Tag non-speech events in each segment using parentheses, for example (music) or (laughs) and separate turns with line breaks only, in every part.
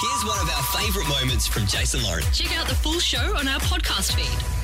Here's one of our favourite moments from Jason Lauren.
Check out the full show on our podcast feed.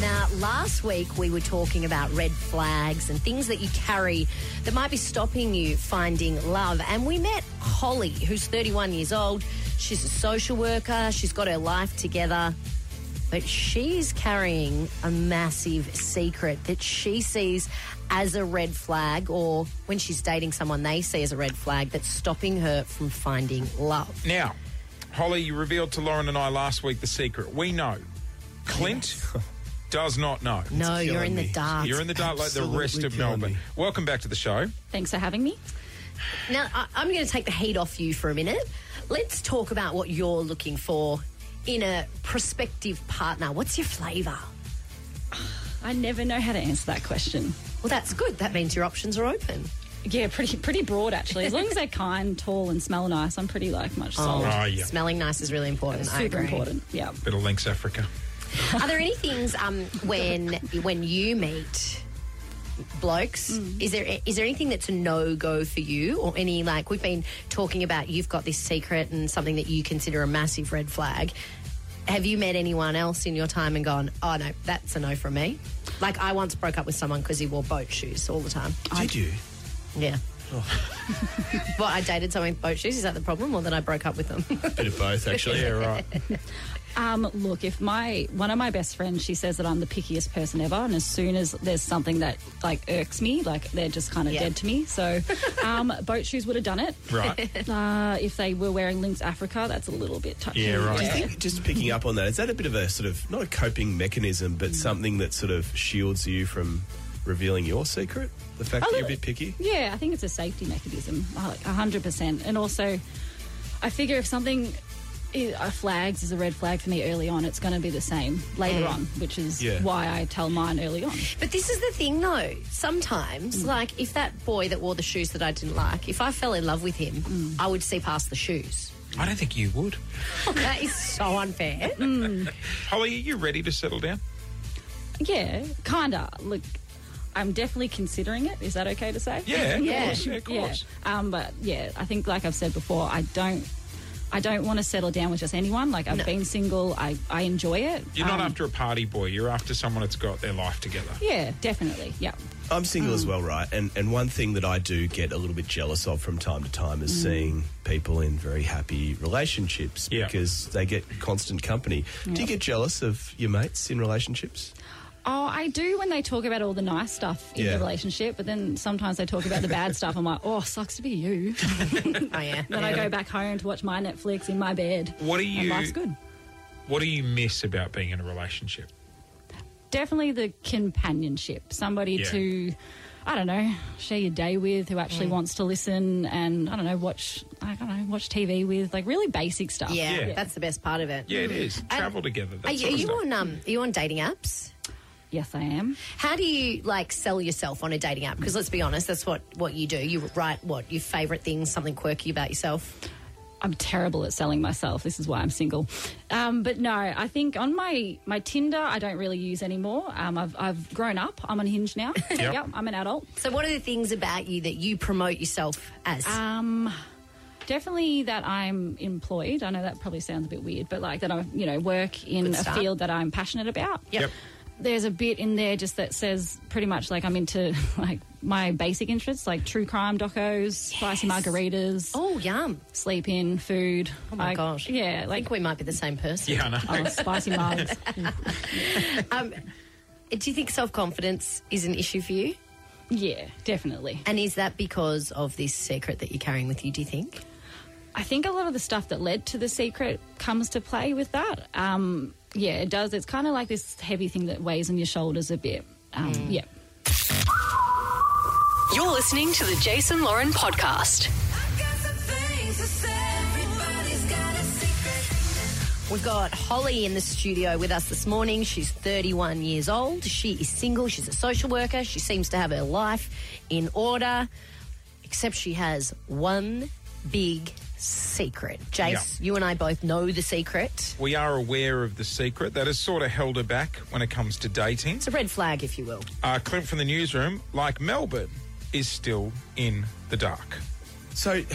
Now, last week we were talking about red flags and things that you carry that might be stopping you finding love. And we met Holly, who's 31 years old. She's a social worker, she's got her life together. But she's carrying a massive secret that she sees as a red flag, or when she's dating someone, they see as a red flag that's stopping her from finding love.
Now, Holly, you revealed to Lauren and I last week the secret. We know. Clint (laughs) does not know.
No, you're
killing
in the
me.
dark.
You're in the dark like the
Absolutely
rest of
killing
Melbourne.
me.
Welcome back to the show.
Thanks for having me.
Now, I, I'm going to take the heat off you for a minute. Let's talk about what you're looking for in a prospective partner. What's your flavour?
I never know how to answer that question.
Well, that's good. That means your options are open.
Yeah, pretty pretty broad actually. As long as they're kind, tall, and smell nice, I'm pretty like much sold.
Oh, yeah.
Smelling nice is really important. I
Super
agree.
important. Yeah.
Bit of Links Africa.
Are there any things um, when when you meet blokes? Is there is there anything that's a no go for you, or any like we've been talking about? You've got this secret and something that you consider a massive red flag. Have you met anyone else in your time and gone, oh no, that's a no from me? Like I once broke up with someone because he wore boat shoes all the time.
Did you? Oh.
Yeah. (laughs) well, I dated someone with boat shoes. Is that the problem, or that I broke up with them?
(laughs) Bit of both, actually.
(laughs)
Yeah, right.
Um, look, if my one of my best friends, she says that I'm the pickiest person ever, and as soon as there's something that like irks me, like they're just kind of
Yeah.
dead to me. So, um, boat shoes would have done it.
Right.
Uh, if they were wearing Lynx Africa, that's a little bit touchy.
Yeah, right.
Do you think, just picking up on that, is that a bit of a sort of not a coping mechanism, but something that sort of shields you from revealing your secret? The fact that you're a bit picky?
Yeah, I think it's a safety mechanism, like 100%. And also, I figure if something i- uh, flags is a red flag for me early on, it's going to be the same
Mm.
later on, which is
Yeah.
why I tell mine early on.
But this is the thing, though.
Mm.
Sometimes, like, if that boy that wore the shoes that I didn't like, if I fell in love with him,
Mm.
I would see past the shoes.
(laughs) I don't think you would.
that is so
(laughs)
unfair.
Mm. Holly, are you ready to settle down?
Yeah, kinda. Look, I'm definitely considering it. Is that okay to say?
Yeah,
(laughs)
of
Yeah.
course. Yeah, of course.
Yeah. Um, but yeah, I think like I've said before, I don't. I don't want to settle down with just anyone. Like I've
No.
been single, I, I enjoy it.
You're not
Um,
after a party boy. You're after someone that's got their life together.
Yeah, definitely. Yeah.
I'm single as well, right? And and one thing that I do get a little bit jealous of from time to time is seeing people in very happy relationships
Yeah.
because they get constant company. Do you get jealous of your mates in relationships?
Oh, I do when they talk about all the nice stuff in
Yeah.
the relationship, but then sometimes they talk about the bad stuff. I'm like, oh, sucks to be
(laughs)
you.
oh, yeah.
then I go back home to watch my Netflix in my bed.
What do
And
you-
life's good.
What do you miss about being in a relationship?
definitely the companionship somebody
Yeah.
to i don't know share your day with who actually wants to listen and i don't know watch i don't know watch tv with like really basic stuff
Yeah,
Yeah.
that's the best part of it.
Yeah, it is. Travel together. That
Mm. Um, Are you,
sort
are
of
you
stuff.
on um? Are you on dating apps?
yes i am
How do you like sell yourself on a dating app? Because let's be honest, that's what what you do. You write what your favorite things, something quirky about yourself.
i'm terrible at selling myself this is why i'm single um, but no i think on my my tinder i don't really use anymore um, I've, I've grown up i'm on hinge
(laughs)
now
Yep.
i'm an adult
So, what are the things about you that you promote yourself as?
Ah.
Um, definitely that I'm employed. I know that probably sounds a bit weird, but like that I, you know, work in
Good
a
start.
field that I'm passionate about.
Yep. Yep.
There's a bit in there just that says pretty much like I'm into (laughs) like my basic interests, like true crime docos, spicy margaritas,
oh, yum!
sleep in, food.
Oh my
like-
gosh!
Yeah,
I
like
think we might be the same person.
Yeah, I know.
oh, (laughs) spicy margs.
Do you think self confidence is an issue for you?
yeah, definitely.
And is that because of this secret that you're carrying with you, do you think?
I think a lot of the stuff that led to the secret comes to play with that. Um, yeah, it does. It's kind of like this heavy thing that weighs on your shoulders a bit. Um,
Mm.
Yeah.
You're listening to the Jason Lauren podcast.
We've got Holly in the studio with us this morning. She's 31 years old. She is single. She's a social worker. She seems to have her life in order, except she has one big secret. Jace, you and I both know the secret.
We are aware of the secret that has sort of held her back when it comes to dating.
It's a red flag, if you will.
Uh, Clint from the newsroom, like Melbourne, is still in the dark.
So, (sighs)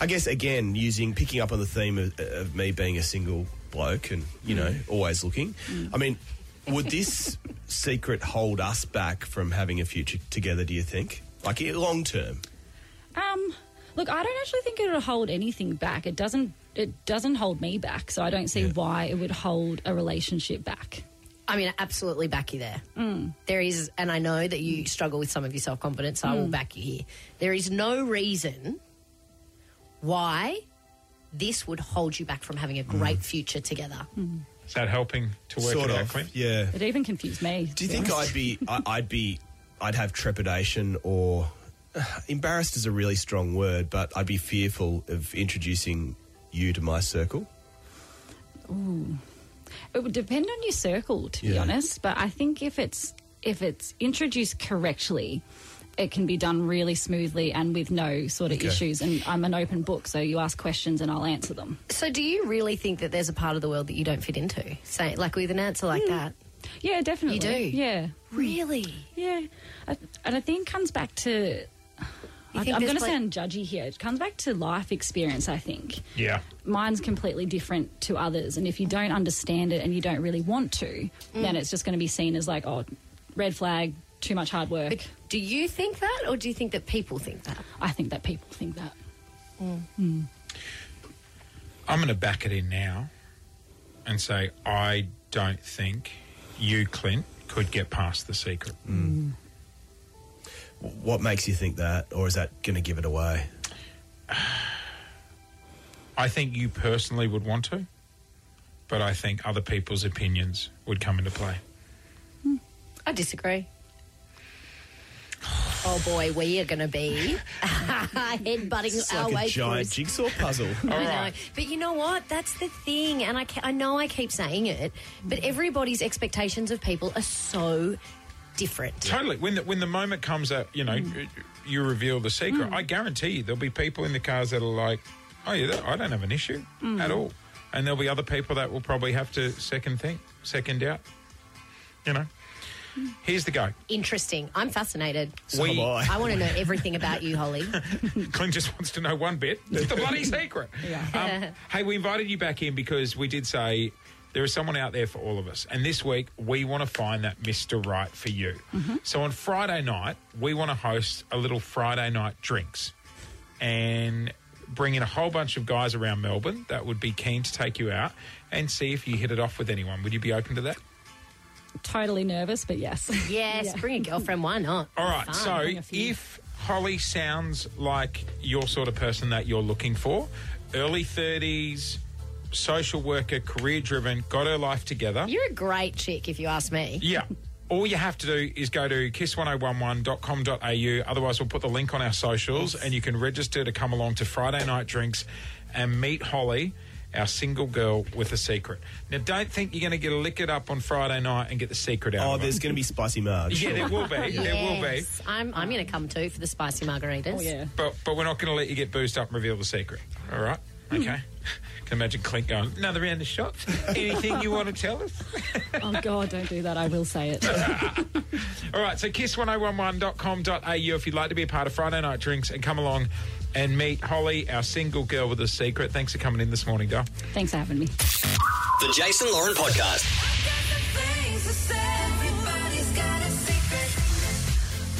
I guess again, using picking up on the theme of, of me being a single bloke and you know always looking. I mean, would this secret hold us back from having a future together? Do you think, like long term?
Um, look, I don't actually think it'll hold anything back. It doesn't. It doesn't hold me back, so I don't see
Yeah.
why it would hold a relationship back.
I mean, absolutely back you there.
Mm.
There is, and I know that you struggle with some of your self confidence, so I
Mm.
will back you here. There is no reason why this would hold you back from having
Mm.
a great future together.
Is that helping to work
sort
it out,
of,
Clint?
yeah.
It even confused me. to
Do you
be
think
honest.
I'd be, I, I'd be, I'd have trepidation or (sighs) embarrassed is a really strong word, but I'd be fearful of introducing you to my circle.
It would depend on your circle, to be
Yeah.
honest. But I think if it's if it's introduced correctly, it can be done really smoothly and with no sort of
Okay.
issues. And I'm an open book, so you ask questions and I'll answer them.
So, do you really think that there's a part of the world that you don't fit into? Say, like with an answer
Mm.
like that.
Yeah, definitely.
do?
Yeah,
Really?
yeah. I, and I think it comes back to. I,
think
I'm
there's
going to
pla-
sound judgy here. It comes back to life experience, I think.
Yeah.
mine's completely different to others. And if you don't understand it and you don't really want to, then it's just going to be seen as like, oh, red flag, too much hard work.
But do you think that, or do you think that people think that?
I think that people think that.
I'm going to back it in now and say I don't think you, Clint, could get past the secret.
Mm. What makes you think that, or is that going to give it away?
I think you personally would want to, but I think other people's opinions would come into play.
I disagree. Oh boy, we are going to be (laughs) headbutting
It's
our
like
way
a giant
through.
jigsaw
(laughs)
puzzle.
I
right.
know. But you know what? That's the thing. And I, ca- I know I keep saying it, but everybody's expectations of people are so different.
Totally. When the, when the moment comes that, you know, you reveal the secret, I guarantee you there'll be people in the cars that are like, oh, yeah, that- I don't have an issue at all. And there'll be other people that will probably have to second think, second out. You know, here's the go.
Interesting. I'm fascinated.
So
We-
am I.
I want to know everything about you,
(laughs)
Holly.
Clint just wants to know one bit. It's the bloody secret. Um, hey, we invited you back in because we did say there is someone out there for all of us. And this week, we want to find that Mr. Right for you. So on Friday night, we want to host a little Friday night drinks and bring in a whole bunch of guys around Melbourne that would be keen to take you out and see if you hit it off with anyone. Would you be open to that?
Totally nervous, but yes. (laughs)
Yes, bring a girlfriend. Why not?
All right.
Fun.
So
bring a few.
if Holly sounds like your sort of person that you're looking for, early 30s, social worker, career driven, got her life together.
You're a great chick, if you ask me.
Yeah. All you have to do is go to kiss1011.com.au. Otherwise, we'll put the link on our socials and you can register to come along to Friday Night Drinks and meet Holly, our single girl with a secret. Now, don't think you're going to get a lick it up on Friday night and get the secret out.
Oh,
of it.
there's going to be spicy marge.
Yeah, there will be.
(laughs)
There will be.
Yes. I'm, I'm going to come too for the spicy margaritas.
Oh, yeah.
But but we're not going to let you get boozed up and reveal the secret. All right? Okay. (laughs) Can imagine Clint going another round of shots. Anything you want to tell us? (laughs)
oh, God, don't do that. I will say it.
All right. So kiss1011.com.au if you'd like to be a part of Friday night drinks and come along and meet Holly, our single girl with a secret. Thanks for coming in this morning, Dar.
Thanks for having me.
The Jason Lauren Podcast.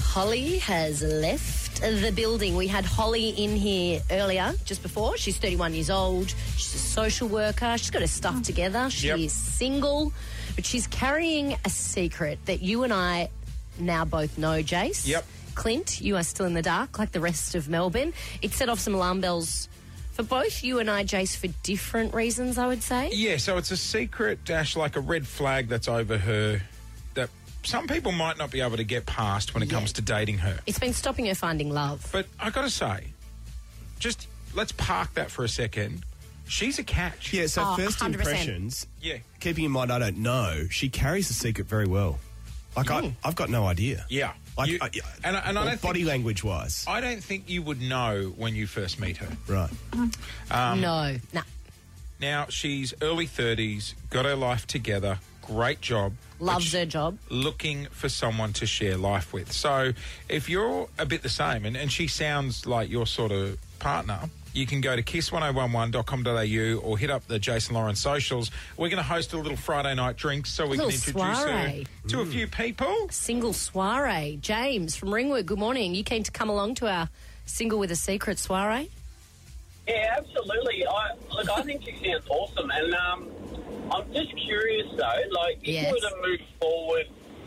Holly has left the building. We had Holly in here earlier, just before. She's 31 years old. She's a social worker. She's got her stuff together. She
Yep.
is single, but she's carrying a secret that you and I now both know, Jace.
Yep.
Clint, you are still in the dark, like the rest of Melbourne. It set off some alarm bells for both you and I, Jace, for different reasons, I would say.
Yeah, so it's a secret dash, like a red flag that's over her that some people might not be able to get past when it comes to dating her.
It's been stopping her finding love.
But I got to say, just let's park that for a second. She's a catch.
Yeah, so
Oh,
first
100%.
impressions.
Yeah.
Keeping in mind, I don't know. She carries the secret very well. Like I, I've got no idea.
Yeah.
Like,
You-
I,
and I- and I
or
don't think-
body language wise.
I don't think you would know when you first meet her.
Right.
no, no.
Um, Now, she's early 30s, got her life together, great job.
Loves
but
her job.
Looking for someone to share life with. So if you're a bit the same, and, and she sounds like your sort of partner, you can go to kiss1011.com.au or hit up the Jason Lawrence socials. We're going to host a little Friday night drink so we can
Little
introduce
soiree. Mm.
her to a few people.
Single soiree. James from Ringwood, good morning. You keen to come along to our Single with a Secret soiree?
Yeah, absolutely. I, look, I think she sounds awesome, and um, I'm just curious though. Like, if
Yes.
you were to move forward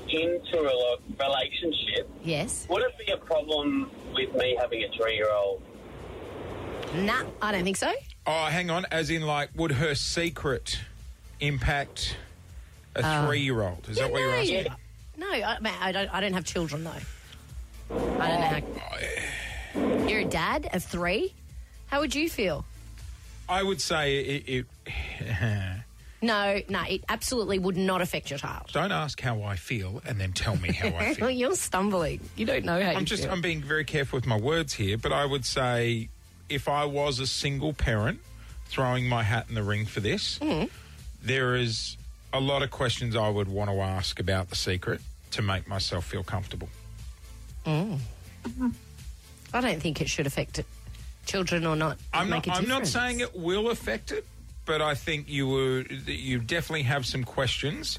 into a lo- relationship,
Yes.
would it be a problem with me having a three-year-old?
Nah, I don't think so.
Oh, hang on. As in, like, would her secret impact a three-year-old? Is that what you're
no,
asking?
No, I, man, I, don't, I don't have children, though. I don't know
Oh,
how. You're a dad of three? How would you feel?
I would say it. it (laughs)
No, no, it absolutely would not affect your child.
don't ask how I feel and then tell me how
(laughs)
I feel.
You're stumbling. You don't know how
I'm
you
just.
feel.
I'm being very careful with my words here, but I would say if I was a single parent, throwing my hat in the ring for this, there is a lot of questions I would want to ask about the secret to make myself feel comfortable.
I don't think it should affect it. children or not.
I'm not.
make a
I'm not
difference.
saying it will affect it, but I think you were. that You definitely have some questions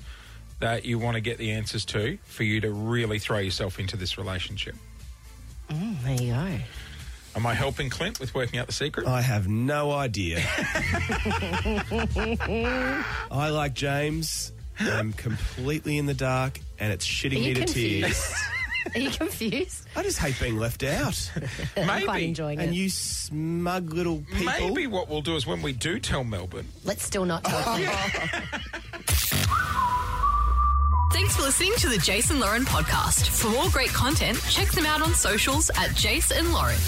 that you want to get the answers to for you to really throw yourself into this relationship.
There you go.
Am I helping Clint with working out the secret?
Uh,
I have no
(laughs)
idea. I like James. I'm completely in the dark, and it's shitting
Are
me
you
to
confused? (laughs)
tears.
Are you confused?
I just hate being left (laughs) out.
I'm quite
maybe.
enjoying
and
it.
you smug little people.
Maybe what we'll do is when we do tell Melbourne,
Let's still not
(laughs)
talk.
Thanks for listening to the Jason Lauren podcast. For more great content, check them out on socials at Jason Lauren.